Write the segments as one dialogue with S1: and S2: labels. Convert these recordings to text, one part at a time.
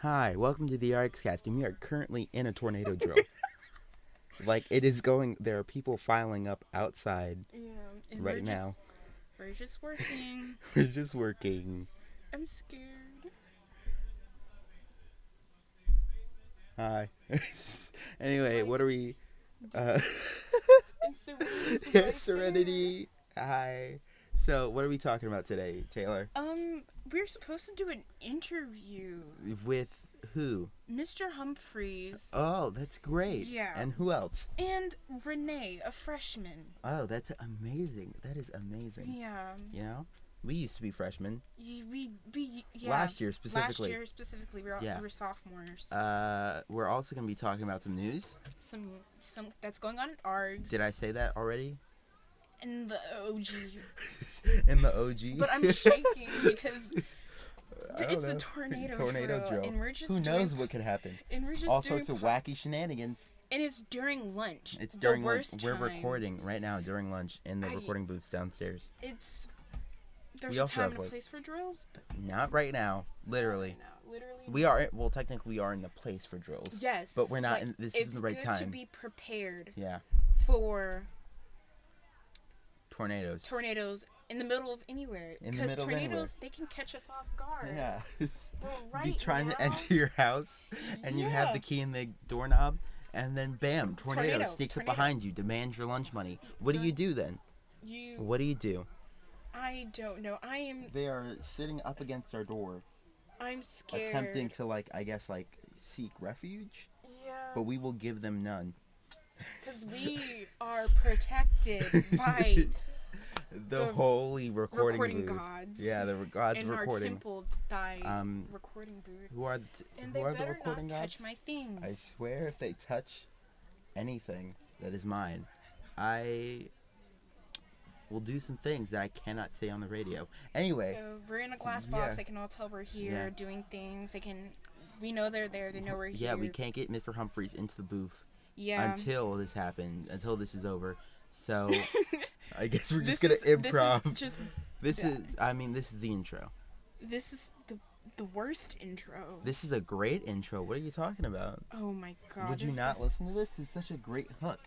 S1: Hi, welcome to the RxCast, and we are currently in a tornado drill. like it is going. There are people filing up outside
S2: Yeah. and we're
S1: right
S2: just-
S1: now.
S2: We're just working.
S1: We're just working.
S2: I'm scared.
S1: Hi. anyway, what are we? Uh,
S2: And Serenity's right
S1: yeah,
S2: there.
S1: Serenity. Hi. So, what are we talking about today, Taylor?
S2: Um, we're supposed to do an interview.
S1: With who?
S2: Mr. Humphreys
S1: Oh, that's great.
S2: Yeah.
S1: And who else?
S2: and Renee, a freshman.
S1: Oh, that's amazing. That is amazing.
S2: Yeah.
S1: You know, we used to be freshmen
S2: Y- We, we, yeah.
S1: last year
S2: Last
S1: specifically.
S2: year specifically, we were, all,
S1: Yeah.
S2: we were sophomores.
S1: Uh, we're also going to be talking about some news.
S2: some, some that's going on in ARGS.
S1: Did I say that already?
S2: And the OG.
S1: In the OG.
S2: But I'm shaking because
S1: I don't
S2: it's
S1: know.
S2: the tornado,
S1: tornado drill.
S2: And we're just
S1: Who
S2: doing-
S1: knows what could happen?
S2: And we're just
S1: All
S2: doing
S1: sorts of
S2: po-
S1: wacky shenanigans.
S2: And it's during lunch.
S1: It's
S2: the
S1: during lunch.
S2: worst
S1: We're
S2: time.
S1: recording right now during lunch in the
S2: I-
S1: recording booths downstairs.
S2: It's there's
S1: We
S2: a
S1: also have,
S2: time and
S1: like,
S2: a place for drills. but
S1: Not right now, literally.
S2: no, literally.
S1: We are well, technically we are in the place for drills.
S2: yes,
S1: But we're not
S2: like,
S1: in this
S2: it's
S1: isn't the right
S2: good to
S1: time.
S2: be prepared
S1: yeah.
S2: for
S1: Tornadoes.
S2: tornadoes in the middle of anywhere
S1: In the
S2: because
S1: middle of anywhere.
S2: tornadoes they can catch us off guard.
S1: yeah.
S2: But right
S1: be trying
S2: now,
S1: to enter your house and you have
S2: Yeah.
S1: the key in the doorknob and then bam, tornado,
S2: Tornado,
S1: sneaks up
S2: tornado.
S1: behind you, demands your lunch money. What do you do then?
S2: You,
S1: What do you do?
S2: I don't know. I am.
S1: They are sitting up against our door
S2: I'm scared.
S1: attempting to like I guess like seek refuge, but
S2: Yeah.
S1: we will give them none.
S2: Because we are protected by
S1: The,
S2: The
S1: holy recording,
S2: recording
S1: booth.
S2: gods.
S1: Yeah, the re- gods
S2: in our
S1: recording.
S2: temple thy
S1: Um,
S2: recording booth.
S1: Who are the t-
S2: And they
S1: who are
S2: better
S1: the recording
S2: not
S1: gods?
S2: touch my things.
S1: I swear if they touch anything that is mine, I will do some things that I cannot say on the radio. Anyway,
S2: so we're in a glass box.
S1: Yeah.
S2: They can all tell we're here
S1: Yeah.
S2: doing things. They can, we know they're there. They know we're here.
S1: yeah, we can't get Mr. Humphreys into the booth
S2: Yeah.
S1: until this happens, until this is over. So I guess we're just
S2: This
S1: gonna
S2: is-
S1: improv.
S2: This is just
S1: This
S2: Yeah.
S1: is, I mean, this is the intro.
S2: this is the the worst intro.
S1: This is a great intro. What are you talking about?
S2: oh my god.
S1: Would you
S2: this-
S1: not listen to this? It's such a great hook.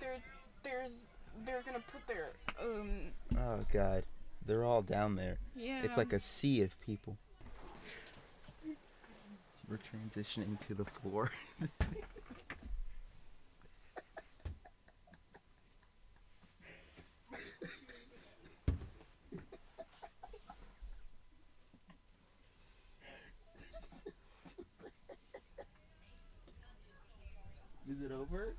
S2: They're there's they're gonna put their um
S1: Oh God, they're all down there.
S2: yeah.
S1: It's like a sea of people. We're transitioning to the floor. Is it over?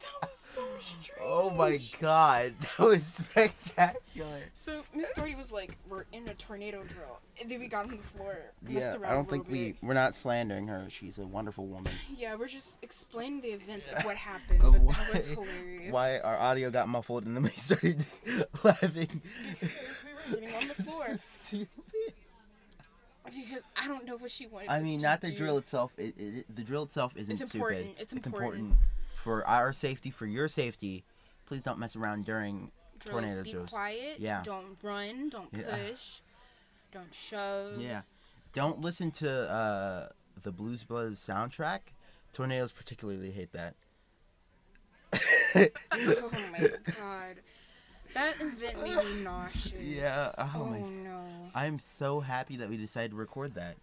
S2: that was so strange.
S1: Oh my god, that was spectacular.
S2: So Miss Doherty was like, "We're in a tornado drill," and then we got on the floor. messed
S1: Yeah,
S2: around
S1: I
S2: a
S1: don't
S2: little
S1: think we
S2: bit.
S1: we're not slandering her. She's a wonderful woman.
S2: Yeah, we're just explaining the events of what happened,
S1: Of
S2: but that was
S1: why-
S2: hilarious.
S1: Why our audio got muffled and then we started laughing.
S2: we were getting on the floor
S1: Stupid.
S2: because I don't know what she wanted.
S1: I
S2: us
S1: mean,
S2: to
S1: not the
S2: do.
S1: drill itself. It, it, it- the drill itself isn't
S2: It's
S1: stupid.
S2: important. It's important.
S1: for our safety, for your safety. Please don't mess around during.
S2: Drills,
S1: tornado
S2: be
S1: drills.
S2: quiet.
S1: Yeah.
S2: Don't run. Don't
S1: Yeah.
S2: push. Don't shove.
S1: Yeah, don't listen to uh, the Blues Brothers soundtrack. Tornadoes particularly hate that.
S2: Oh my god, that event made me nauseous.
S1: Yeah, oh my-
S2: no.
S1: I'm so happy that we decided to record that.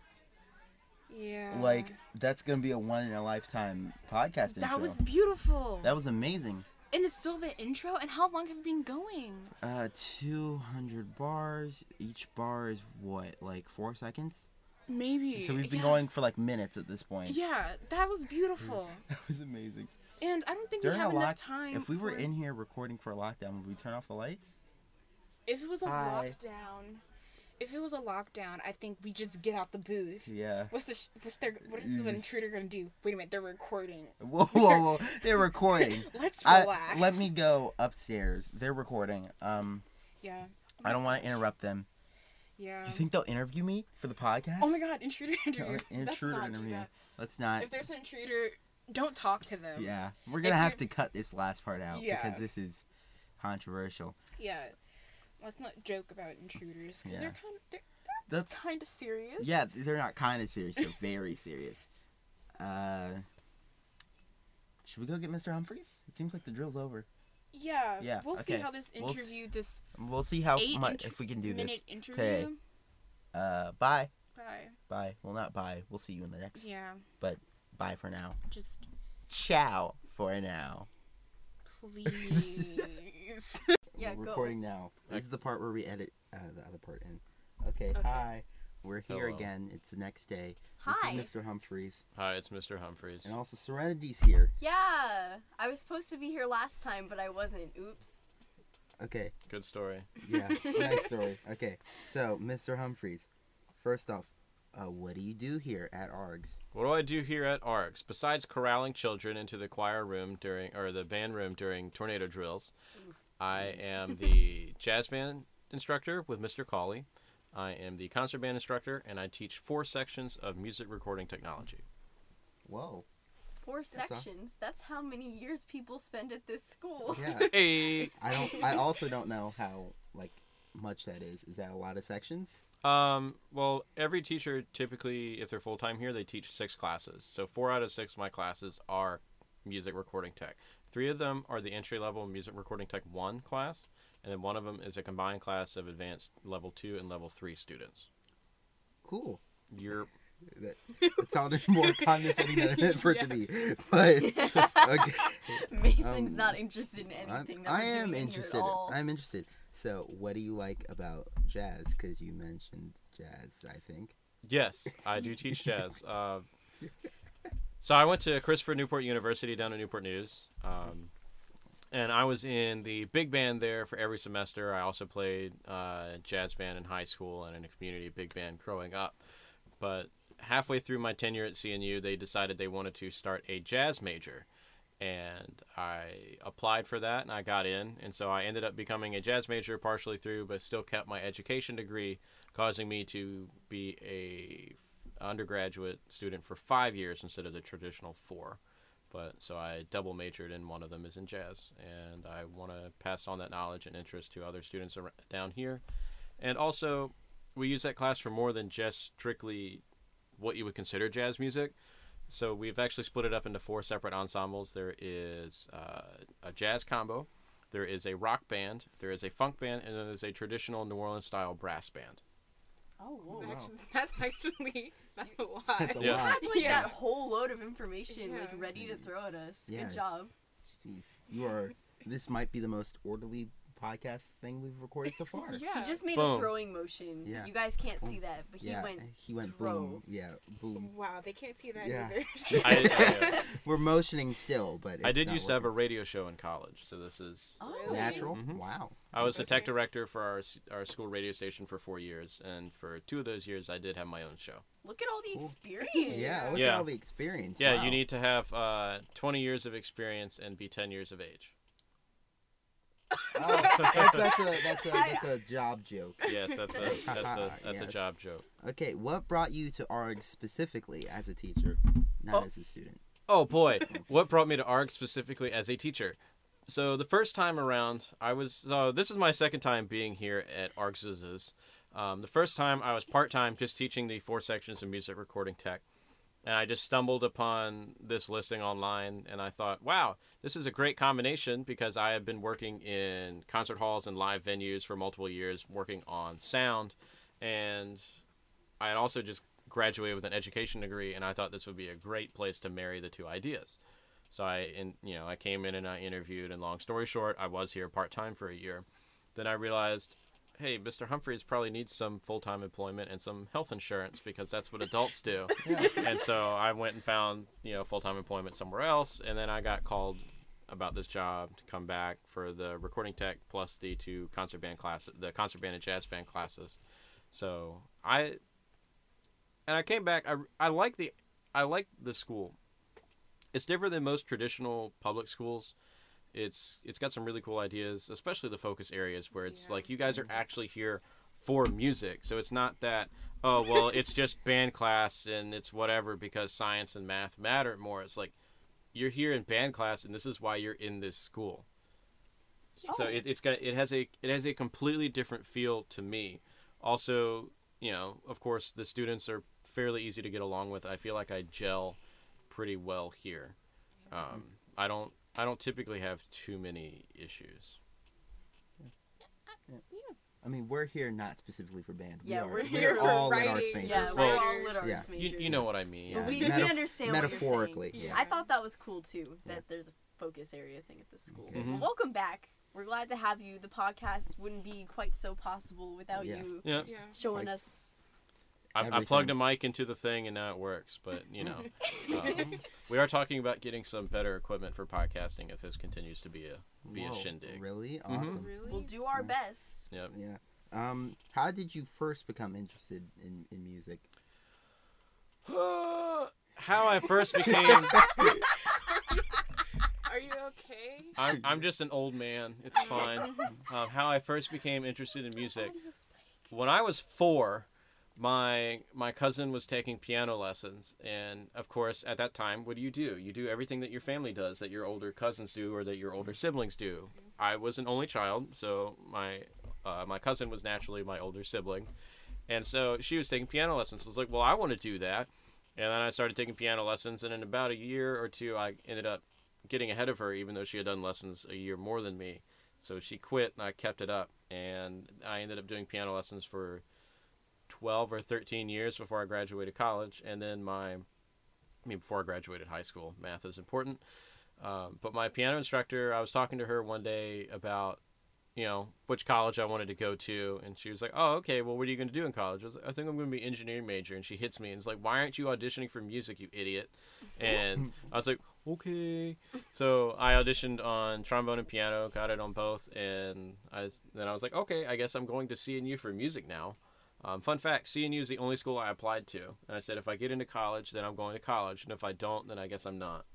S2: Yeah.
S1: Like that's gonna be a one in a lifetime podcast intro.
S2: Uh. That was beautiful.
S1: that was amazing.
S2: and it's still the intro. And how long have we been going?
S1: Uh, 200 bars. Each bar is what, like four seconds?
S2: Maybe.
S1: So we've been
S2: yeah.
S1: going Mm. for like minutes at this point.
S2: Yeah, that was beautiful.
S1: That was amazing.
S2: And I don't think
S1: During
S2: we have
S1: a
S2: enough
S1: lock,
S2: time.
S1: if we were
S2: for-
S1: in here recording for a lockdown, would we turn off the lights?
S2: if it was a
S1: Hi.
S2: lockdown, if it was a lockdown, I think we just get out the booth.
S1: Yeah.
S2: What's the sh- what's their what is the
S1: Mm.
S2: intruder gonna do? Wait a minute, they're recording.
S1: Whoa, whoa, whoa! They're recording.
S2: Let's relax.
S1: I, let me go upstairs. They're recording. Um,
S2: Yeah,
S1: I don't want to interrupt them.
S2: yeah.
S1: Do you think they'll interview me for the podcast?
S2: Um, oh my God, intruder
S1: No,
S2: interview. Let's
S1: intruder
S2: not do
S1: interview.
S2: that.
S1: Let's not.
S2: If there's an intruder, Don't talk to them.
S1: Yeah, we're gonna
S2: If
S1: have to
S2: you're-
S1: cut this last part out
S2: Yeah.
S1: because this is controversial.
S2: Yeah. Let's not joke about intruders. 'cause
S1: Yeah.
S2: They're kind of they're
S1: That's
S2: kind of serious.
S1: yeah, they're not kind of serious. They're very serious. Uh, should we go get Mr. Humphreys? It seems like the drill's over.
S2: Yeah.
S1: Yeah,
S2: We'll see
S1: okay.
S2: how this
S1: We'll s-
S2: interview, this
S1: We'll see how
S2: eight
S1: much
S2: inter-
S1: if we can do
S2: minute
S1: this.
S2: interview.
S1: today. Uh, bye,
S2: Bye.
S1: bye. Well, not bye. We'll see you in the next.
S2: Yeah.
S1: Bye for now.
S2: Just
S1: Ciao for now.
S2: please. yeah.
S1: We're
S2: Go.
S1: recording now. This is the part where we edit uh, the other part in. Okay,
S2: Okay.
S1: hi. We're here
S3: Hello.
S1: again. It's the next day.
S4: Hi.
S1: This is Mr. Humphreys.
S3: Hi, it's Mr. Humphreys.
S1: And also Serenity's here.
S4: Yeah, I was supposed to be here last time, but I wasn't. Oops.
S1: Okay,
S3: Good story.
S1: yeah. nice story. Okay, so Mr. Humphreys, first off, uh, what do you do here at ARGS?
S3: What do I do here at ARCS? Besides corralling children into the choir room during or the band room during tornado drills, I am the jazz band instructor with Mr. Cawley. I am the concert band instructor and I teach four sections of music recording technology.
S1: Whoa.
S4: Four
S1: all.
S4: sections. That's how many years people spend at this school.
S1: Yeah.
S3: Hey.
S1: I don't. I also don't know how like much that is. Is that a lot of sections?
S3: Um, well, every teacher typically if they're full-time here, they teach six classes. So 4 out of 6 of my classes are music recording tech. Three of them are the entry level music recording tech 1 class, and then one of them is a combined class of advanced level 2 and level 3 students.
S1: Cool.
S3: You're
S1: That, that sounded more condescending than it meant for it to be. But okay.
S4: Mason's
S1: Um,
S4: not interested in anything.
S1: I'm,
S4: that
S1: I
S4: we're
S1: am
S4: doing here at
S1: interested.
S4: all.
S1: I'm interested. So, what do you like about jazz? Because you mentioned jazz, I think.
S3: Yes, I do teach jazz. Uh, so I went to Christopher Newport University down in Newport News, um, and I was in the big band there for every semester. I also played uh, jazz band in high school and in a community big band growing up. But halfway through my tenure at CNU, they decided they wanted to start a jazz major. And I applied for that and I got in. And so I ended up becoming a jazz major partially through, but still kept my education degree causing me to be a undergraduate student for five years instead of the traditional four. But so I double majored, and one of them is in jazz, and I want to pass on that knowledge and interest to other students ar- down here, and also we use that class for more than just strictly what you would consider jazz music. So we've actually split it up into four separate ensembles. There is uh, a jazz combo, there is a rock band, there is a funk band, and then there's a traditional New Orleans style brass band.
S4: oh, whoa.
S1: wow.
S2: Actually, that's actually that's a lot.
S1: That's a
S3: Yeah.
S1: lot.
S4: Like
S2: Yeah.
S4: that whole load of information, like
S2: Yeah.
S4: ready to throw at us.
S1: Mm. Yeah.
S4: Good job.
S1: Jeez. You are. This might be the most orderly podcast thing we've recorded so far.
S2: Yeah.
S4: He just made a
S3: Boom.
S4: throwing motion.
S1: Yeah.
S4: You guys can't
S1: Boom.
S4: see that, but he
S1: yeah,
S4: went.
S1: he went boom.
S4: throw.
S1: Yeah, boom.
S2: Wow, they can't see that
S1: Yeah.
S2: either.
S3: I, I, uh,
S1: We're motioning still, but
S3: I
S1: it's
S3: did
S1: not
S3: used to have a
S1: working.
S3: radio show in college, so this is.
S4: Oh,
S1: natural.
S3: Mhm.
S1: Wow.
S3: I was the
S2: Okay.
S3: tech director for our s- our school radio station for four years, and for two of those years, I did have my own show.
S4: Look at all the
S1: Cool.
S4: experience.
S1: Yeah, look
S3: Yeah.
S1: at all the experience.
S3: Yeah,
S1: Wow.
S3: you need to have uh, 20 years of experience and be 10 years of age.
S1: Oh, that's, that's a that's a that's a job joke.
S3: Yes, that's a that's a that's a
S1: Yes.
S3: job joke.
S1: Okay, what brought you to ARG specifically as a teacher, not
S3: Oh.
S1: as a student?
S3: Oh boy, what brought me to ARG specifically as a teacher? So the first time around, I was so this is my second time being here at ARGS's. Um, the first time I was part time, just teaching the four sections of music recording tech, and I just stumbled upon this listing online, and I thought, wow, this is a great combination because I have been working in concert halls and live venues for multiple years, working on sound, and I had also just graduated with an education degree, and I thought this would be a great place to marry the two ideas. So I, in, you know, I came in and I interviewed, and long story short, I was here part time for a year. Then I realized, hey, Mr. Humphreys probably needs some full time employment and some health insurance because that's what adults do. and so I went and found, you know, full time employment somewhere else, and then I got called about this job to come back for the recording tech plus the two concert band classes, the concert band and jazz band classes. So I and I came back. I I like the I like the school. It's different than most traditional public schools. It's it's got some really cool ideas, especially the focus areas where it's
S2: Yeah.
S3: like you guys are actually here for music. So it's not that oh well it's just band class and it's whatever because science and math matter more. It's like you're here in band class, and this is why you're in this school.
S4: Oh.
S3: So it, it's got it has a it has a completely different feel to me. Also, you know, of course, the students are fairly easy to get along with. I feel like I gel pretty well here. Um, I don't I don't typically have too many issues.
S1: I mean, we're here not specifically for band.
S4: Yeah,
S1: we are,
S4: we're
S1: we're
S4: here for
S1: all in arts
S2: writing,
S1: majors.
S4: Yeah,
S3: Well,
S4: we're all lit arts
S1: yeah.
S3: You,
S4: majors.
S3: you know what I mean.
S1: Yeah.
S4: But we, we
S1: Metaf-
S4: understand
S1: metaphorically,
S4: What you're saying.
S2: yeah.
S4: I thought that was cool too. That
S1: Yeah.
S4: there's a focus area thing at the school.
S1: Okay.
S3: Mm-hmm.
S4: Well, welcome back. We're glad to have you. The podcast wouldn't be quite so possible without
S1: Yeah.
S4: you
S3: Yeah.
S2: Yeah.
S4: showing
S1: Like-
S4: us.
S3: I, I
S1: Everything.
S3: plugged a mic into the thing and now it works, but you know, um, we are talking about getting some better equipment for podcasting if this continues to be a be
S1: Whoa,
S3: a shindig. Mm-hmm.
S1: Really awesome.
S2: Really?
S4: We'll do our
S1: Yeah.
S4: best.
S3: Yep.
S1: Yeah. Um, how did you first become interested in, in music?
S3: How I first became
S2: Are you okay?
S3: I'm I'm just an old man. It's fine. Um, how I first became interested in music
S4: Audio spike.
S3: when I was four, my my cousin was taking piano lessons, and of course, at that time, what do you do? You do everything that your family does, that your older cousins do, or that your older siblings do. I was an only child, so my uh, my cousin was naturally my older sibling, and so she was taking piano lessons. I was like, well, I want to do that, and then I started taking piano lessons, and in about a year or two, I ended up getting ahead of her, even though she had done lessons a year more than me. So she quit and I kept it up. And I ended up doing piano lessons for 12 or 13 years before I graduated college. And then my, I mean, before I graduated high school, math is important. Um, but my piano instructor, I was talking to her one day about, you know, which college I wanted to go to. And she was like, oh, okay, well, what are you going to do in college? I was like, I think I'm going to be engineering major. And she hits me and is like, why aren't you auditioning for music, you idiot? And I was like, okay. So I auditioned on trombone and piano, got it on both, and I was, then I was like, okay, I guess I'm going to CNU for music now. Um, fun fact: CNU is the only school I applied to, and I said if I get into college, then I'm going to college, and if I don't, then I guess I'm not.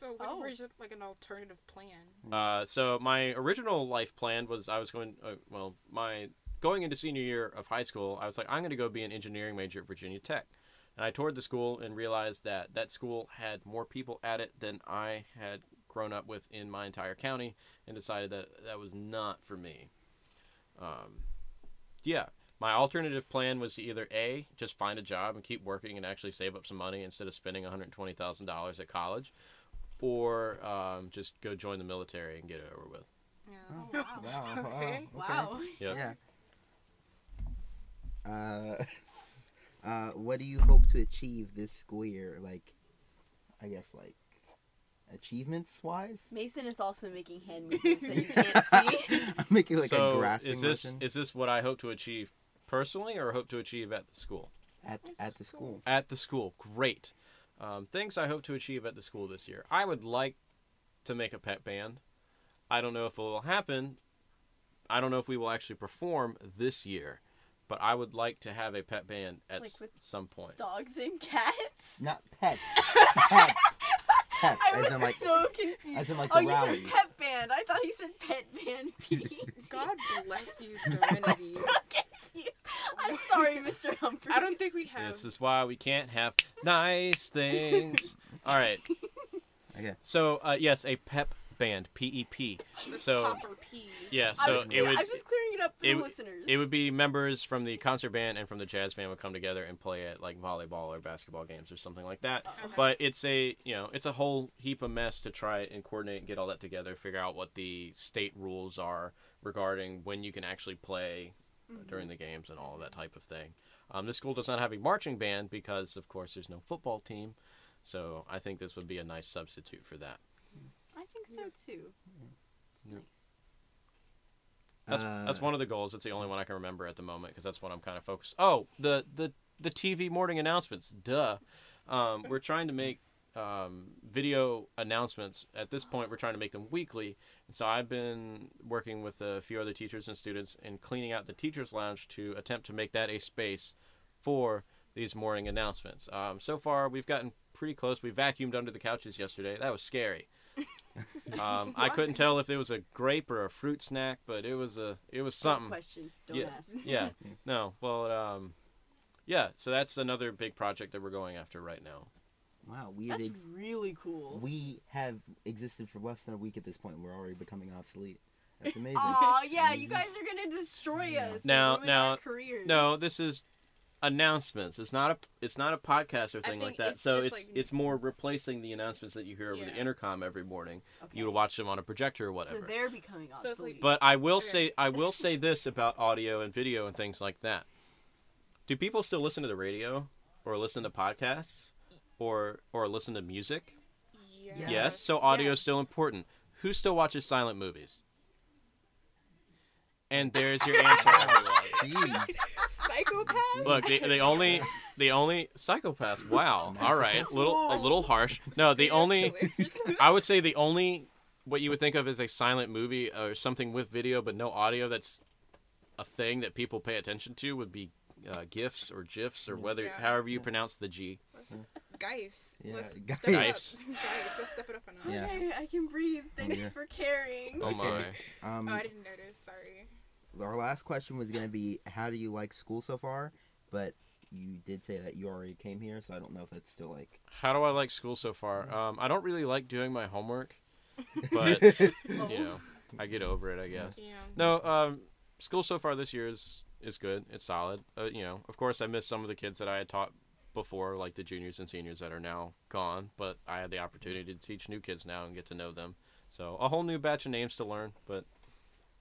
S2: So what
S4: Oh.
S2: was like an alternative plan?
S3: Uh, so my original life plan was I was going uh, well my going into senior year of high school I was like I'm going to go be an engineering major at Virginia Tech, and I toured the school and realized that that school had more people at it than I had grown up with in my entire county, and decided that that was not for me. Um, yeah, my alternative plan was to either a just find a job and keep working and actually save up some money instead of spending one hundred twenty thousand dollars at college or um, just go join the military and get it over with.
S2: Yeah.
S4: Wow.
S1: Oh, Wow.
S2: Okay.
S4: Wow.
S3: Yep.
S1: Yeah. Uh, uh, what do you hope to achieve this school year? Like, I guess like achievements wise.
S4: Mason is also making hand movements that you can't see.
S1: I'm making like
S3: so
S1: a grasping
S3: is this
S1: motion
S3: is this what I hope to achieve personally, or hope to achieve at the school?
S1: at at the school.
S3: At the school, great. Um, things I hope to achieve at the school this year. I would like to make a pet band. I don't know if it will happen. I don't know if we will actually perform this year, but I would like to have a pet band at
S4: Like
S3: s-
S4: with
S3: some point.
S4: Dogs and cats.
S1: Not pet. pet. Pet.
S4: I
S1: As
S4: was
S1: in like
S4: so confused.
S1: as in like
S4: oh,
S1: the
S4: you
S1: rallies.
S4: said pet band. I thought he said pet band Pete.
S2: God bless you, Serenity.
S4: so confused. I'm sorry, Mr. Humphrey.
S2: I don't think we have.
S4: Oh.
S3: This is why we can't have nice things. All right.
S1: Okay.
S3: So uh, yes, a pep band, P E P. So
S2: Popper peas.
S3: yeah,
S4: I
S3: so
S4: was
S3: it
S4: clear-
S3: would
S4: I'm just clearing it up for
S3: it
S4: the
S3: would-
S4: listeners.
S3: it would be members from the concert band and from the jazz band would come together and play at like volleyball or basketball games or something like that.
S2: Uh-huh.
S4: Uh-oh.
S3: But it's a you know it's a whole heap of mess to try and coordinate and get all that together, figure out what the state rules are regarding when you can actually play during the games and all of that type of thing. Um, this school does not have a marching band because of course there's no football team, so I think this would be a nice substitute for that.
S4: I think so too. It's
S3: Yep.
S4: nice.
S3: That's, that's
S1: Uh,
S3: one of the goals. It's the only one I can remember at the moment because that's what I'm kind of focused. Oh, the the the TV morning announcements. Duh. Um, we're trying to make um, video announcements. At this point, we're trying to make them weekly. And so I've been working with a few other teachers and students and cleaning out the teachers' lounge to attempt to make that a space for these morning announcements. Um, so far, we've gotten pretty close. We vacuumed under the couches yesterday. That was scary. Um, I couldn't tell if it was a grape or a fruit snack, but it was a it was
S4: Don't
S3: something.
S4: question. Don't
S3: yeah,
S4: ask.
S3: yeah. No, well, um, yeah. So that's another big project that we're going after right now.
S1: Wow, we have
S4: That's
S1: ex-
S4: really cool.
S1: we have existed for less than a week at this point. We're already becoming obsolete. That's amazing.
S4: Aw, yeah, you guys are gonna destroy
S1: Yeah.
S4: us. and
S3: Now-
S4: ruin
S3: now-
S4: our careers.
S3: No, this is announcements. It's not a it's not a podcast or thing
S4: think
S3: like that.
S4: it's
S3: so
S4: just
S3: it's
S4: like-
S3: it's more replacing the announcements that you hear over the
S2: Yeah.
S3: intercom every morning.
S4: Okay.
S3: You would watch them on a projector or
S4: So
S3: whatever.
S4: they're becoming
S2: So
S4: obsolete.
S2: it's like-
S3: but I will
S2: Okay.
S3: say I will say this about audio and video and things like that. Do people still listen to the radio or listen to podcasts or or listen to music? Yes, so audio is still important. Who still watches silent movies? And there's your answer. everyone.
S1: Jeez.
S2: Psychopath?
S3: Look, the, the only the only psychopath. Wow. All right, little a little harsh. No, the only I would say the only what you would think of as a silent movie or something with video but no audio that's a thing that people pay attention to would be uh, gifs or gifs or whether
S2: Yeah.
S3: however you pronounce the G.
S2: Guys.
S1: Yeah,
S2: Let's
S1: guys.
S2: Step it up.
S3: Guys.
S2: Guys, let's step it up a notch.
S1: Yeah.
S4: Okay, I can breathe. Thanks
S1: yeah.
S4: for caring.
S3: Oh
S1: Okay.
S3: my.
S1: Um,
S2: Oh, I didn't notice. Sorry.
S1: our last question was gonna be, how do you like school so far? But you did say that you already came here, so I don't know if that's still like.
S3: How do I like school so far? Um, I don't really like doing my homework, but you know, I get over it, I guess.
S2: Yeah.
S3: No, um, school so far this year is is good. It's solid. Uh, you know, of course, I miss some of the kids that I had taught before, like the juniors and seniors that are now gone. But I had the opportunity to teach new kids now and get to know them. So a whole new batch of names to learn. But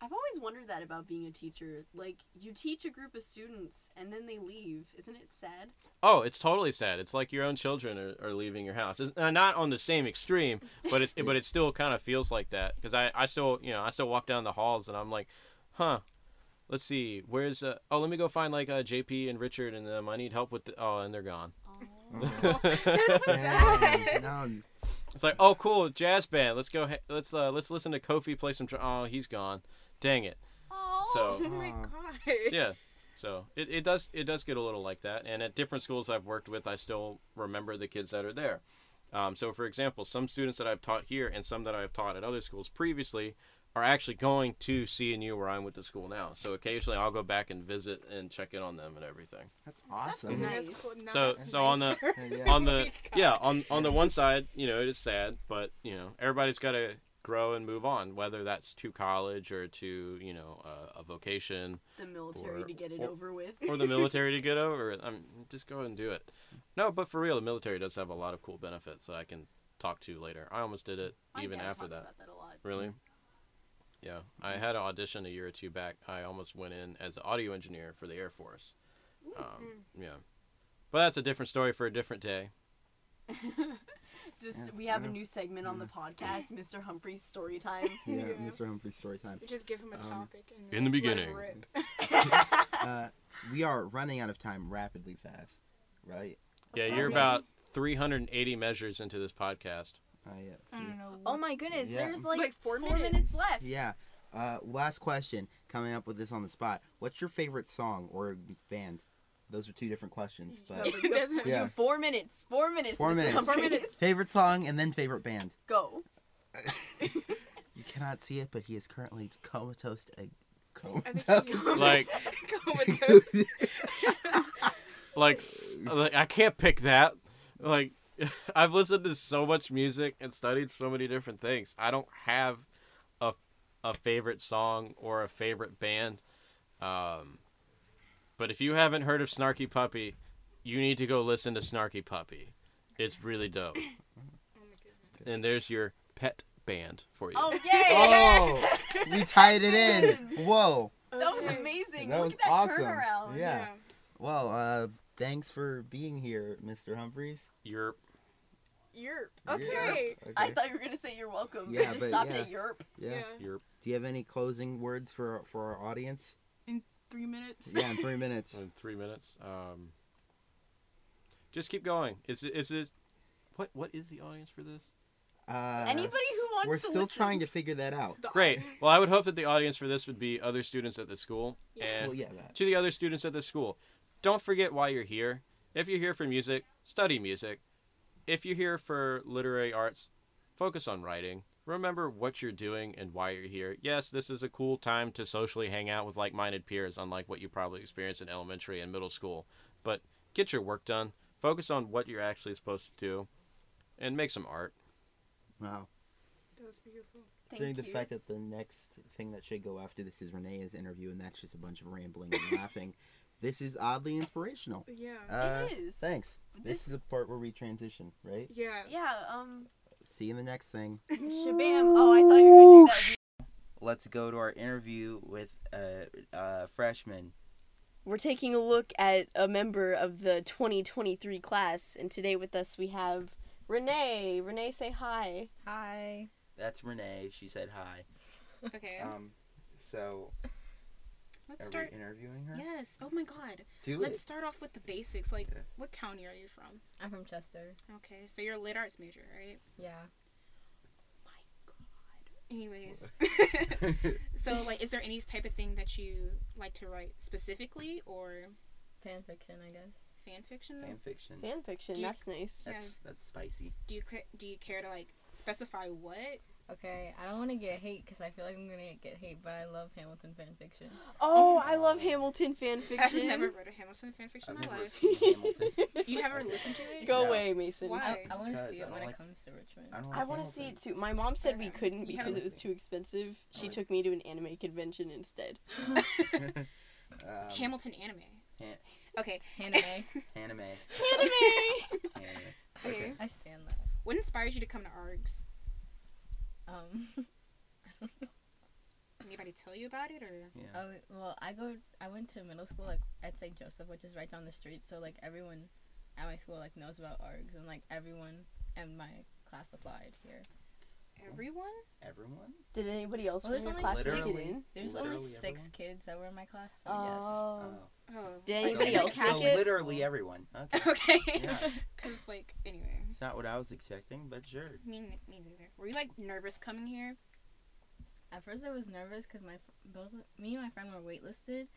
S4: I've always wondered that about being a teacher. Like, you teach a group of students and then they leave. Isn't it sad?
S3: oh, it's totally sad. It's like your own children are, are leaving your house. It's uh, not on the same extreme, but it's but it still kind of feels like that because I I still you know I still walk down the halls and I'm like, huh. Let's see. Where's uh, oh? Let me go find like uh, JP and Richard and them. I need help with the, oh, and they're gone.
S2: Oh.
S1: Dang, now I'm-
S3: It's like, oh, cool, jazz band. Let's go. he- Let's uh, let's listen to Kofi play some. Dr- oh, he's gone. Dang it.
S4: Oh.
S3: So-
S2: Oh my
S1: Aw.
S2: god.
S3: Yeah. So it, it does it does get a little like that. And at different schools I've worked with, I still remember the kids that are there. Um, so for example, some students that I've taught here and some that I've taught at other schools previously are actually going to CNU where I'm with the school now. So occasionally I'll go back and visit and check in on them and everything.
S1: that's
S2: That's
S1: awesome.
S4: nice.
S2: That's cool. Now
S3: So-
S2: that's
S3: so on the-
S2: nicer.
S1: Yeah.
S3: on the
S2: God.
S3: yeah on on the one side you know it is sad but you know everybody's got to grow and move on whether that's to college or to you know uh, a vocation
S4: The military
S3: Or-
S4: to get it
S3: or-
S4: over with.
S3: or the military to get over it i'm just go and do it no but for real the military does have a lot of cool benefits that i can talk to later i almost did it
S4: My
S3: even
S4: dad
S3: after
S4: Oh, talks
S3: that
S4: about that Mm-hmm. a lot.
S3: really yeah i had an audition a year or two back i almost went in as an audio engineer for the air force um,
S4: Mm-hmm.
S3: yeah but that's a different story for a different day
S4: Just
S1: Yeah,
S4: we have
S1: yeah.
S4: a new segment
S3: Mm.
S4: on the podcast, Mr. Humphrey's story time.
S1: Yeah,
S2: Yeah.
S1: Mr. Humphrey's story time.
S2: Just give him a
S1: Um,
S2: topic. and
S3: in the
S2: let it
S3: beginning.
S2: rip.
S1: Mm. Uh, we are running out of time rapidly fast, right?
S3: Yeah,
S4: Okay.
S3: you're
S4: Okay.
S3: about 380 measures into this podcast.
S1: Uh, yeah. so-
S2: I don't know.
S4: Oh my goodness,
S1: Yeah.
S4: there's like,
S2: Like
S4: four,
S2: four
S4: minutes.
S2: minutes.
S4: left.
S1: Yeah. Uh, last question. Coming up with this on the spot. What's your favorite song or band? Those are two different questions. But
S2: It doesn't-
S1: Yeah.
S4: Four minutes. Four minutes.
S1: Four
S4: Mr.
S1: minutes.
S4: Humphrey.
S2: Four minutes.
S1: favorite song and then favorite band.
S4: Go.
S1: You cannot see it, but he is currently comatose. A-
S2: I think
S1: comatose.
S2: you-
S3: Like-
S2: Go with those.
S3: Like, like I can't pick that. Like, I've listened to so much music and studied so many different things. I don't have a a favorite song or a favorite band. Um, but if you haven't heard of Snarky Puppy, you need to go listen to Snarky Puppy. It's really dope. And there's your pet band for you.
S4: Oh yay!
S1: oh, we tied it in. Whoa.
S4: That was
S2: Okay.
S4: amazing.
S1: That
S4: Look
S1: was
S4: at that
S1: awesome.
S4: turnaround.
S1: Yeah. Well, uh, thanks for being here, Mr. Humphreys.
S3: You're
S2: Yerp. Okay.
S1: Yeah.
S4: I thought you were gonna say you're welcome.
S1: Yeah,
S4: it just
S1: but
S4: stopped
S1: yeah.
S4: at Europe.
S1: yeah.
S3: you're
S1: Do you have any closing words for for our audience?
S2: Three minutes.
S1: Yeah, in three minutes.
S3: in three minutes. Um, just keep going. Is it is it what what is the audience for this?
S1: Uh,
S4: Anybody who wants
S1: We're
S4: to
S1: still
S4: listen.
S1: trying to figure that out.
S2: The-
S3: Great. Well, I would hope that the audience for this would be other students at the school and
S1: Well, yeah, that.
S3: to the other students at the school. Don't forget why you're here. If you're here for music, study music. If you're here for literary arts, focus on writing. Remember what you're doing and why you're here. Yes, this is a cool time to socially hang out with like minded peers, unlike what you probably experienced in elementary and middle school. But get your work done. Focus on what you're actually supposed to do. and make some art.
S1: Wow.
S2: That was beautiful.
S4: Thank
S1: Considering
S4: you.
S1: the fact that the next thing that should go after this is Renee's interview, and that's just a bunch of rambling and laughing, this is oddly inspirational.
S2: Yeah.
S1: Uh,
S4: it is.
S1: Thanks. This,
S4: This-
S1: is the part where we transition, right?
S2: yeah.
S4: Yeah. Um.
S1: See you in the next thing.
S4: Shabam. Oh, I thought you were gonna do that.
S1: Let's go to our interview with a uh, uh, freshman.
S5: We're taking a look at a member of the 2023 class, and today with us we have Renee. Renee, say hi.
S6: Hi.
S1: That's Renee. She said hi.
S2: Okay.
S1: Um, so
S2: Let's
S1: are
S2: start.
S1: we interviewing her?
S2: Yes. Oh my God.
S1: Do
S2: Let's
S1: it.
S2: start off with the basics. Like,
S1: Yeah.
S2: what county are you from?
S6: I'm from Chester.
S2: Okay, so you're a lit arts major, right?
S6: Yeah.
S2: Anyways, so like, is there any type of thing that you like to write specifically, or
S6: Fan fiction, I guess.
S2: fan fiction?
S1: Fan fiction.
S5: Fan fiction.
S2: Do you-
S5: That's nice.
S1: That's that's spicy.
S2: Do you ca- do you care to like specify what?
S6: Okay, I don't want to get hate because I feel like I'm gonna get hate, but I love Hamilton fan fiction.
S5: Oh, I love Hamilton fan fiction.
S2: I've never read a Hamilton fan fiction
S1: I've
S2: in my
S1: never
S2: life.
S1: seen Hamilton.
S2: You haven't
S1: Okay.
S2: listened to it?
S5: Go
S1: No.
S5: away, Mason.
S2: Why?
S6: I, I want to
S1: Because
S6: see
S1: I
S6: it when
S1: don't
S6: it
S1: like-
S6: comes to Richmond.
S1: I, don't
S5: I want
S1: want
S5: to see it too. My mom said we
S2: Yeah.
S5: couldn't
S2: You
S5: because it
S1: haven't-
S5: was too expensive. She
S1: like-
S5: took me to an anime convention instead.
S1: Hamilton. um,
S2: Hamilton anime.
S1: Han-
S2: Okay.
S6: Anime.
S1: anime.
S5: Anime.
S1: anime.
S2: okay.
S1: Okay.
S6: I stand that.
S2: What inspires you to come to ARGS?
S6: Um.
S2: Anybody tell you about it or?
S1: Yeah.
S6: Oh well, I go. I went to middle school like at St. Joseph, which is right down the street. So like everyone at my school like knows about ARGs, and like everyone in my class applied here.
S2: Everyone?
S1: Everyone.
S5: Did anybody else
S6: Well,
S5: from
S6: there's
S5: your
S6: only
S5: class
S6: six-
S5: make it in?
S6: There's only
S1: Literally
S6: six
S1: everyone?
S6: kids that were in my class. So
S5: Oh.
S2: Oh.
S5: Did
S1: yes.
S5: anybody
S1: so,
S5: else
S1: so
S5: make it?
S1: literally everyone. Okay.
S2: Okay.
S1: Yeah.
S2: Cause like anyway,
S1: It's not what I was expecting, but sure.
S2: me, n- me neither. Were you like nervous coming here?
S6: At first, I was nervous because my fr- both me and my friend were waitlisted,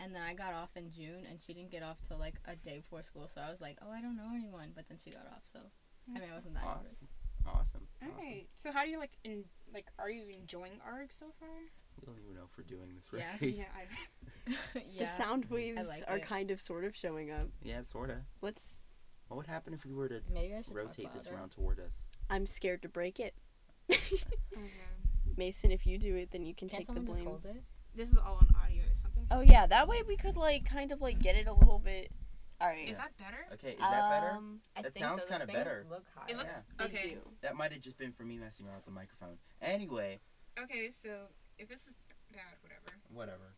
S6: and then I got off in June, and she didn't get off till like a day before school. So I was like, oh, I don't know anyone. But then she got off, so I mean, I wasn't that nervous.
S1: Awesome. Awesome.
S2: All right.
S1: Awesome.
S2: So how do you like in like are you enjoying ARG so far?
S1: We don't even know if we're doing this right.
S6: Yeah.
S2: yeah. I,
S6: yeah.
S5: The sound waves
S6: like
S5: are
S6: it.
S5: kind of sort of showing up.
S1: Yeah, sorta.
S5: Let's.
S1: What would happen if we were to
S6: Maybe I should
S1: rotate
S6: talk
S1: this
S6: louder.
S1: around toward us?
S5: I'm scared to break it.
S1: Mm-hmm.
S5: Mason, if you do it, then you can
S6: Can't
S5: take the
S6: someone just
S5: blame.
S6: hold it?
S2: This is all on audio. Is something?
S5: Oh yeah, that way we could like kind of like get it a little bit. All right.
S2: Is that better?
S1: Okay, is that better?
S5: Um,
S6: I
S1: That
S6: think
S1: sounds
S6: so. The
S1: kinda
S6: fingers
S1: better.
S6: Look high.
S2: It looks
S1: Yeah.
S5: they
S2: okay.
S5: do.
S1: That might have just been for me messing around with the microphone. Anyway,
S2: Okay. So if this is bad, whatever.
S1: whatever.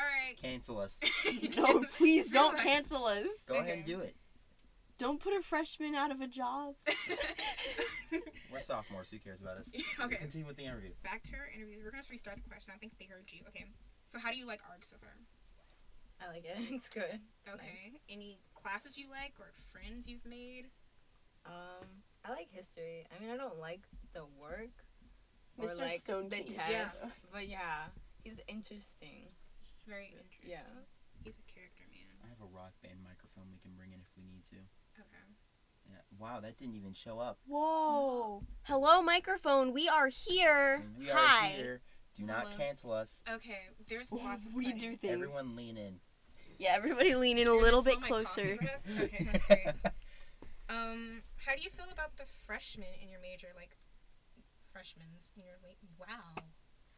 S2: All right.
S1: Cancel us.
S5: No, please don't
S2: Relax.
S5: cancel us.
S1: Go ahead and
S2: Okay.
S1: do it.
S5: Don't put a freshman out of a job.
S1: We're sophomores. Who cares about us?
S2: okay.
S1: Continue with the interview.
S2: Back to our interview. We're gonna restart the question. I think they heard you. Okay. So how do you like ARG so far?
S6: I like it. It's good. It's
S2: Okay. Any classes you like or friends you've made?
S6: nice. Um, I like history. I mean, I don't like the work or
S5: Mr.
S6: like the
S5: Stonekeys.
S6: test,
S5: Yeah.
S6: but yeah, he's interesting.
S2: He's very interesting.
S6: Yeah.
S2: He's a character man.
S1: I have a rock band microphone we can bring in if we need to.
S2: Okay.
S1: Yeah. Wow, that didn't even show up.
S5: Whoa. Hello, microphone. We are here.
S1: And we
S5: Hi.
S1: are here. Do not
S6: Hello.
S1: cancel us.
S2: Okay. There's lots of.
S5: We
S2: cutting.
S5: do things.
S1: Everyone lean in.
S5: Yeah, everybody lean in a
S2: You're
S5: little
S2: gonna
S5: bit
S2: spill my
S5: closer.
S2: coffee breath? okay, that's great. Um, how do you feel about the freshmen in your major, like freshmen in your late? Wow.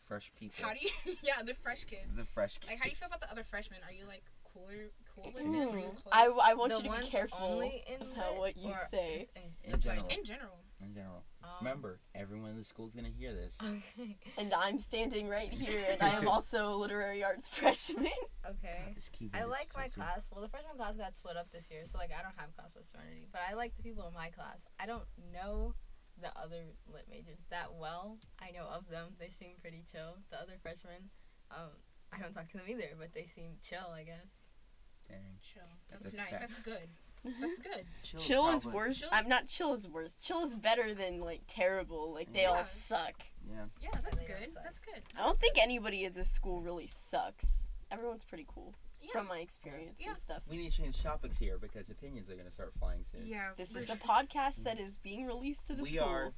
S1: fresh people.
S2: How do you? Yeah, the fresh kids.
S1: the fresh kids.
S2: Like, how do you feel about the other freshmen? Are you like cooler, cool with this? Are you
S5: Ooh.
S2: close?
S5: Mm, I, I want
S6: The
S5: you to be
S6: ones
S5: careful
S6: only in
S5: about
S6: lit
S5: what you
S6: or
S5: say.
S6: just in-
S1: In general.
S2: in general.
S1: in general?
S6: Um,
S1: Remember, everyone in the school's gonna hear this.
S6: Okay.
S5: And I'm standing right here, and I am also a literary arts freshman.
S6: Okay.
S1: This keyboard
S6: I
S1: is
S6: like my
S1: spicy.
S6: class. Well, the freshman class got split up this year, so like I don't have class with Serenity, but I like the people in my class. I don't know the other lit majors that well. I know of them. They seem pretty chill. The other freshmen, um, I don't talk to them either, but they seem chill, I guess.
S1: Dang.
S2: Chill.
S1: That's
S2: That's,
S1: a
S2: nice.
S1: fact.
S2: That's good.
S5: Mm-hmm.
S2: That's good.
S1: Chill, Oh,
S5: Chill is
S1: probably-
S5: worse.
S2: Chill is-
S5: I'm not chill is worse. Chill is better than like terrible. Like they
S2: Yeah.
S5: all suck.
S1: Yeah.
S2: Yeah, that's
S6: they don't
S2: good.
S6: suck.
S2: That's good.
S5: I don't think anybody at this school really sucks. Everyone's pretty cool
S2: Yeah.
S5: from my experience
S2: Yeah.
S5: and stuff.
S1: We need to change topics here because opinions are gonna start flying soon.
S2: yeah.
S5: This
S2: we're-
S5: is a podcast that is being released to the
S1: We
S5: school.
S1: are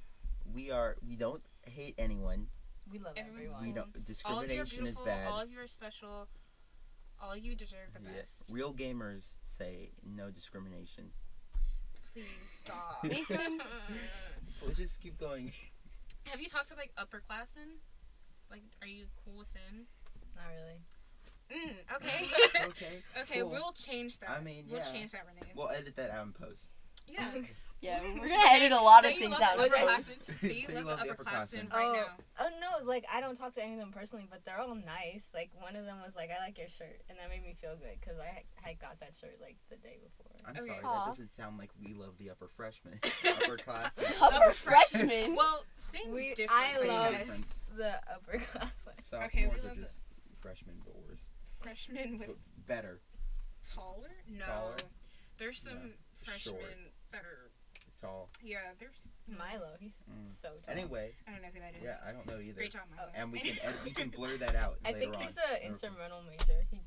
S1: we are we don't hate anyone.
S6: We love
S2: Everyone's
S6: everyone.
S1: We
S2: cool.
S1: don't
S2: all of you are
S1: discrimination is
S2: beautiful.
S1: bad.
S2: All of you are special. All of you deserve the
S1: Yes.
S2: best.
S1: Real gamers say no discrimination.
S2: Please stop.
S5: Mason?
S1: We'll just keep going.
S2: Have you talked to like upperclassmen? Like, are you cool with them?
S6: Not really.
S2: Mm, okay.
S1: Okay.
S2: okay,
S1: cool.
S2: we'll change that.
S1: I mean,
S2: we'll
S1: yeah.
S2: change that, Renee.
S1: We'll edit that out in post.
S2: yeah.
S5: Yeah, we're gonna edit a lot
S2: So
S5: of
S2: you
S5: things
S2: love
S5: out.
S2: the
S5: of
S6: Upperclassmen?
S5: this.
S2: upperclassmen? So you love the upperclassmen
S1: upperclassmen.
S2: right
S6: Oh.
S2: now.
S6: Oh no, like I don't talk to any of them personally, but they're all nice. Like one of them was like, "I like your shirt," and that made me feel good because I had got that shirt like the day before.
S1: I'm
S2: Okay.
S1: sorry,
S5: Aw.
S1: that doesn't sound like we love the upper freshmen. Upperclassmen.
S5: Upper freshman.
S2: Well, same
S6: We-
S2: difference.
S6: I
S1: Same
S6: love-
S2: guys.
S1: difference.
S6: The upperclassmen.
S2: Okay, we
S1: Sophomores
S2: love
S1: are
S2: the-
S1: just freshmen, but worse.
S2: freshmen with
S1: But better.
S2: taller. No,
S1: Taller?
S2: there's some
S1: No.
S2: freshmen
S1: Short.
S2: that are.
S1: It's all.
S2: Yeah, there's.
S6: Milo, he's
S1: Mm.
S6: so tall.
S1: Anyway,
S2: I don't know who that is.
S1: yeah, I don't know either.
S2: Great job, Milo.
S1: And we can edit, we can blur that out
S6: I
S1: later
S6: think
S1: on.
S6: he's an
S1: Or
S6: instrumental major. He's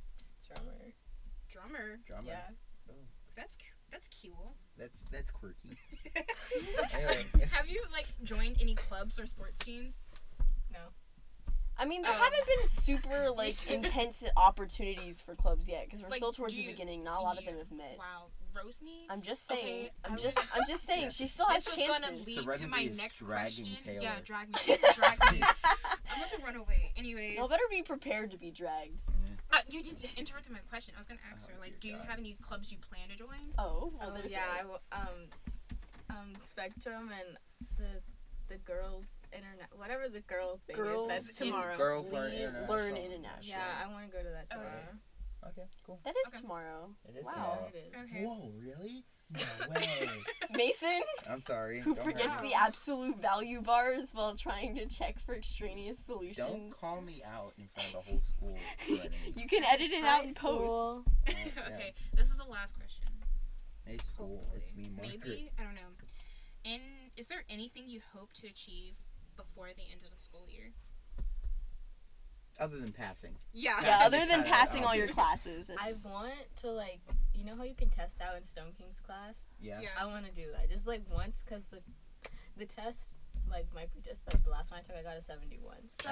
S6: drummer.
S2: drummer.
S1: Drama.
S6: Yeah.
S2: That's cu- that's cute.
S1: That's that's quirky.
S2: Like,
S1: Anyway,
S2: have you like joined any clubs or sports teams?
S5: I mean, there
S2: Oh.
S5: haven't been super like intense opportunities for clubs yet because we're
S2: Like,
S5: still towards
S2: do
S5: the
S2: you-
S5: beginning. Not a lot of
S2: you-
S5: them have met.
S2: Wow, Rosny.
S5: I'm just saying.
S2: Okay, I
S5: I'm
S2: was-
S5: just. I'm just saying.
S1: Yeah.
S5: She still has
S2: this was
S5: chances.
S2: gonna lead
S1: Serenity
S2: to my
S1: is
S2: next
S1: dragging
S2: question.
S1: Taylor.
S2: Yeah, drag me, just drag me. I'm about to run away. Anyways,
S5: Y'all better be prepared to be dragged.
S2: uh, you did interrupted my question. I was gonna ask
S1: Oh,
S2: her like,
S1: dear
S2: do you
S1: God.
S2: have any clubs you plan to join?
S5: Oh, well,
S6: Oh,
S5: there's
S6: yeah, I
S5: that.
S6: w- um, um, Spectrum and the the girls internet, whatever the girl thing
S5: Girls
S6: is. That's
S2: in-
S6: tomorrow.
S1: Girls learn
S5: We
S1: international.
S5: learn international.
S6: Yeah, I want to go to that tomorrow.
S1: okay, cool.
S5: That is
S2: Okay.
S5: tomorrow.
S1: It is
S5: Wow.
S1: tomorrow.
S6: It is.
S2: Okay.
S1: Whoa, really? No way.
S5: Mason,
S1: I'm sorry.
S5: who
S1: Don't hurt
S5: forgets
S1: me.
S5: the absolute value bars while trying to check for extraneous solutions.
S1: Don't call me out in front of the whole school. Brennan.
S5: You can edit it out
S6: High
S5: and post.
S6: school.
S1: Uh,
S2: okay, this is the last question.
S1: Yeah. Hey, school. It's me, Margaret.
S2: Maybe I don't know. In is there anything you hope to achieve before the end of the school year?
S1: Other than passing.
S2: Yeah.
S5: Yeah,
S1: That's
S5: other than
S1: kinda
S5: passing all your
S1: obvious.
S5: classes.
S6: I
S5: it's-
S6: want to like, you know how you can test out in Stone King's class.
S1: Yeah.
S2: Yeah.
S6: I want to do that just like once, cause the the test, like my pretest, like the last one I took, I got a seventy one. So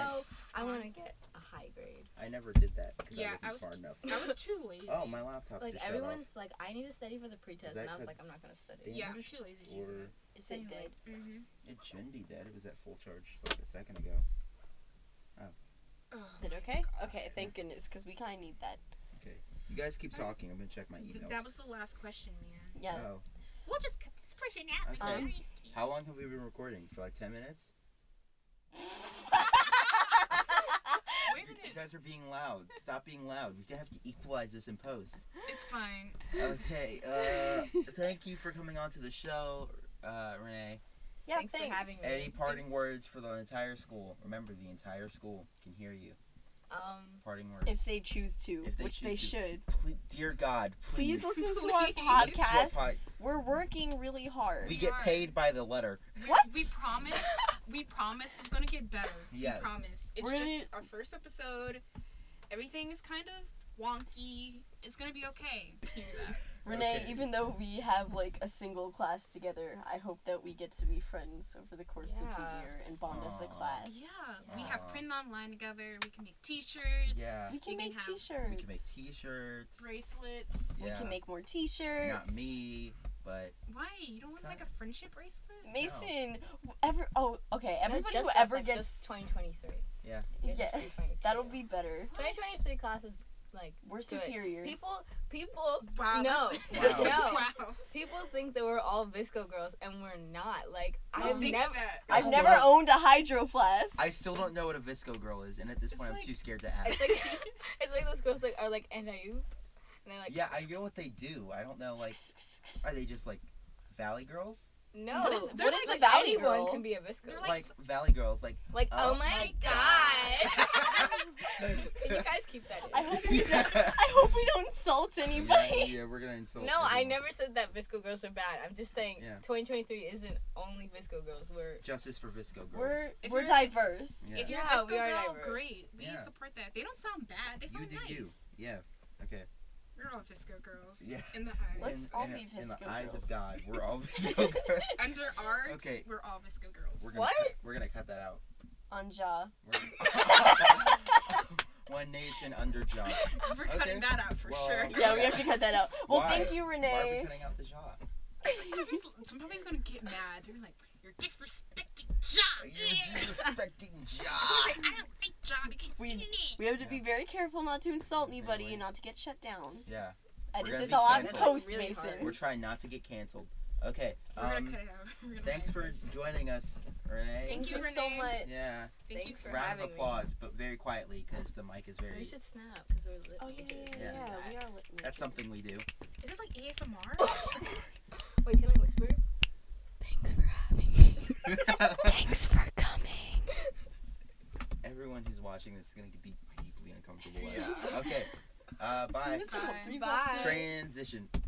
S6: I want to get a high grade.
S1: I never did that because
S2: Yeah, I
S1: I
S2: was
S1: wasn't smart
S2: t-
S1: enough.
S2: I was too lazy.
S1: Oh, my laptop
S6: Like
S1: just shut
S6: everyone's like, I need to study for the pretest,
S1: that
S6: and I was
S1: 'cause
S6: like, I'm
S1: it's
S6: not gonna study.
S1: damn
S2: Yeah, I'm too lazy
S1: off.
S2: to
S1: Or
S2: do
S5: Is it dead?
S2: that. Mm-hmm.
S1: it shouldn't be dead. It was at full charge like a second ago.
S2: Oh,
S5: Is it okay? Okay, thank goodness, because we kind of need that.
S1: You guys keep talking. I'm gonna check my emails.
S2: That was the last question, man.
S5: Yeah.
S1: Oh,
S2: We'll just cut this question out. like,
S1: Okay.
S2: the rest.
S1: how long have we been recording? For like ten minutes?
S2: Wait a
S1: You
S2: minute.
S1: guys are being loud. Stop being loud. We have to equalize this in post.
S2: It's fine.
S1: Okay. Uh, thank you for coming on to the show, uh, Renee.
S5: yeah,
S6: thanks for having me.
S1: Any parting words for the entire school? Remember, the entire school can hear you.
S6: Um,
S1: Parting words.
S5: If they choose to,
S1: If they
S5: which they
S1: choose to.
S5: should.
S1: Ple- dear God,
S5: Please,
S1: please.
S5: listen to our
S2: Please.
S1: listen to our
S5: podcast.
S1: pod-
S5: We're working really hard.
S1: We get paid by the letter.
S5: what?
S2: We promise. we promise it's gonna get better.
S1: Yeah.
S2: We promise. It's
S5: We're
S2: just
S5: gonna-
S2: our first episode. Everything is kind of wonky. It's gonna be okay.
S5: Renee,
S1: Okay.
S5: even though we have like a single class together, I hope that we get to be friends over the course of
S6: Yeah.
S5: the year and bond as a
S1: Aw.
S5: class.
S2: Yeah. We have
S1: Aw.
S2: print online together. We can make T-shirts,
S1: Yeah.
S5: We can
S2: We can
S5: make
S2: have-
S5: t-shirts.
S1: We can make t-shirts.
S2: bracelets.
S5: We
S1: yeah.
S5: can make more t-shirts.
S1: Not me, but
S2: Why? You don't want to make a friendship bracelet?
S5: Mason, ever oh okay, everybody
S6: just
S5: who
S6: us,
S5: ever
S6: like,
S5: gets
S6: just 2023. just
S5: yes,
S6: 2022.
S5: that'll be better.
S6: 2023 class is like
S5: We're
S6: Good.
S5: superior.
S6: people. People.
S2: Wow.
S6: No.
S1: Wow.
S6: No.
S2: Wow.
S6: People think that we're all visco girls, and we're not. Like
S2: I
S6: I've
S2: think
S6: never.
S2: that.
S5: I've
S1: That's
S5: never
S1: not-
S5: owned a hydro flask.
S1: I still don't know what a visco girl is, and at this
S2: It's
S1: point,
S2: like-
S1: I'm too scared to ask.
S6: It's like it's like those girls like are like and I you, and they're like
S1: yeah, I know what they do. I don't know, like, are they just like valley girls?
S6: no.
S5: What is-
S6: They're
S5: what is
S6: like,
S5: a valley
S6: anyone
S5: girl?
S6: can be a visco.
S2: They're
S6: Like,
S1: Like, valley girls, like.
S6: like oh,
S1: oh
S6: my
S1: my
S6: god. can you guys keep that in?
S5: I hope we don't. I hope we don't insult anybody.
S1: yeah, we're gonna insult.
S6: no, I
S1: everyone.
S6: never said that visco girls are bad. I'm just saying
S1: Yeah.
S6: 2023 isn't only visco girls. We're
S1: Justice for visco girls.
S5: We're
S2: If
S5: we're
S2: you're-
S5: diverse.
S1: Yeah.
S2: If you're
S6: Yeah,
S2: a
S6: we are
S2: Visco girl,
S6: diverse.
S2: great. We
S1: Yeah.
S2: support that. They don't sound bad. They
S1: you
S2: sound
S1: do
S2: nice.
S1: you. Yeah. Okay.
S2: We're all Visco girls.
S1: Yeah.
S2: In the eyes.
S5: Let's
S1: in,
S5: all
S1: in,
S5: be
S1: In the
S5: Visco
S1: eyes
S5: girls.
S1: of God, we're all visco girls.
S2: Under ours,
S1: Okay.
S2: we're all Visco girls.
S1: We're gonna
S6: What?
S1: Cut, we're gonna cut that out.
S5: On jaw.
S1: We're One nation under jaw.
S2: We're cutting
S1: Okay.
S2: that out for
S1: Well,
S2: sure.
S1: um,
S5: Yeah, we have to cut that out. Well,
S1: Why?
S5: thank you,
S1: Why are we
S5: Renee.
S1: cutting out the jaw?
S2: somebody's, somebody's gonna get mad. They're like, you're disrespecting John.
S1: You're respecting
S2: Someone's
S1: John.
S2: like, I don't like John because
S1: We-
S2: he's mean."
S5: We have to be very careful not to insult anybody
S1: Anyway.
S5: and not to get shut down.
S1: Yeah, We're
S5: Edit
S1: gonna
S5: this
S1: be
S5: all out in
S1: canceled.
S5: post,
S6: Really
S5: Mason.
S6: hard.
S1: we're trying not to get canceled. Okay.
S2: We're gonna
S1: Um,
S2: cut it out. We're gonna
S1: thanks
S2: cut
S1: for
S2: it out.
S1: joining us, Renee.
S2: Thank you,
S5: so
S2: Renee.
S5: much.
S1: Yeah.
S2: Thank
S6: Thanks
S2: you.
S6: for
S1: Round
S6: having
S1: of
S6: me.
S1: applause, but very quietly because the mic is
S6: We
S1: very.
S6: should snap because we're lit.
S5: Oh yeah, yeah, yeah,
S1: Yeah.
S5: yeah. We are lit.
S1: That's something we do.
S2: Is it like ASMR?
S6: Wait, can I whisper?
S5: Thanks for having Thanks for coming.
S1: Everyone who's watching this is gonna be deeply uncomfortable. with it. Okay. Uh, bye.
S5: Bye.
S6: Bye.
S1: Transition.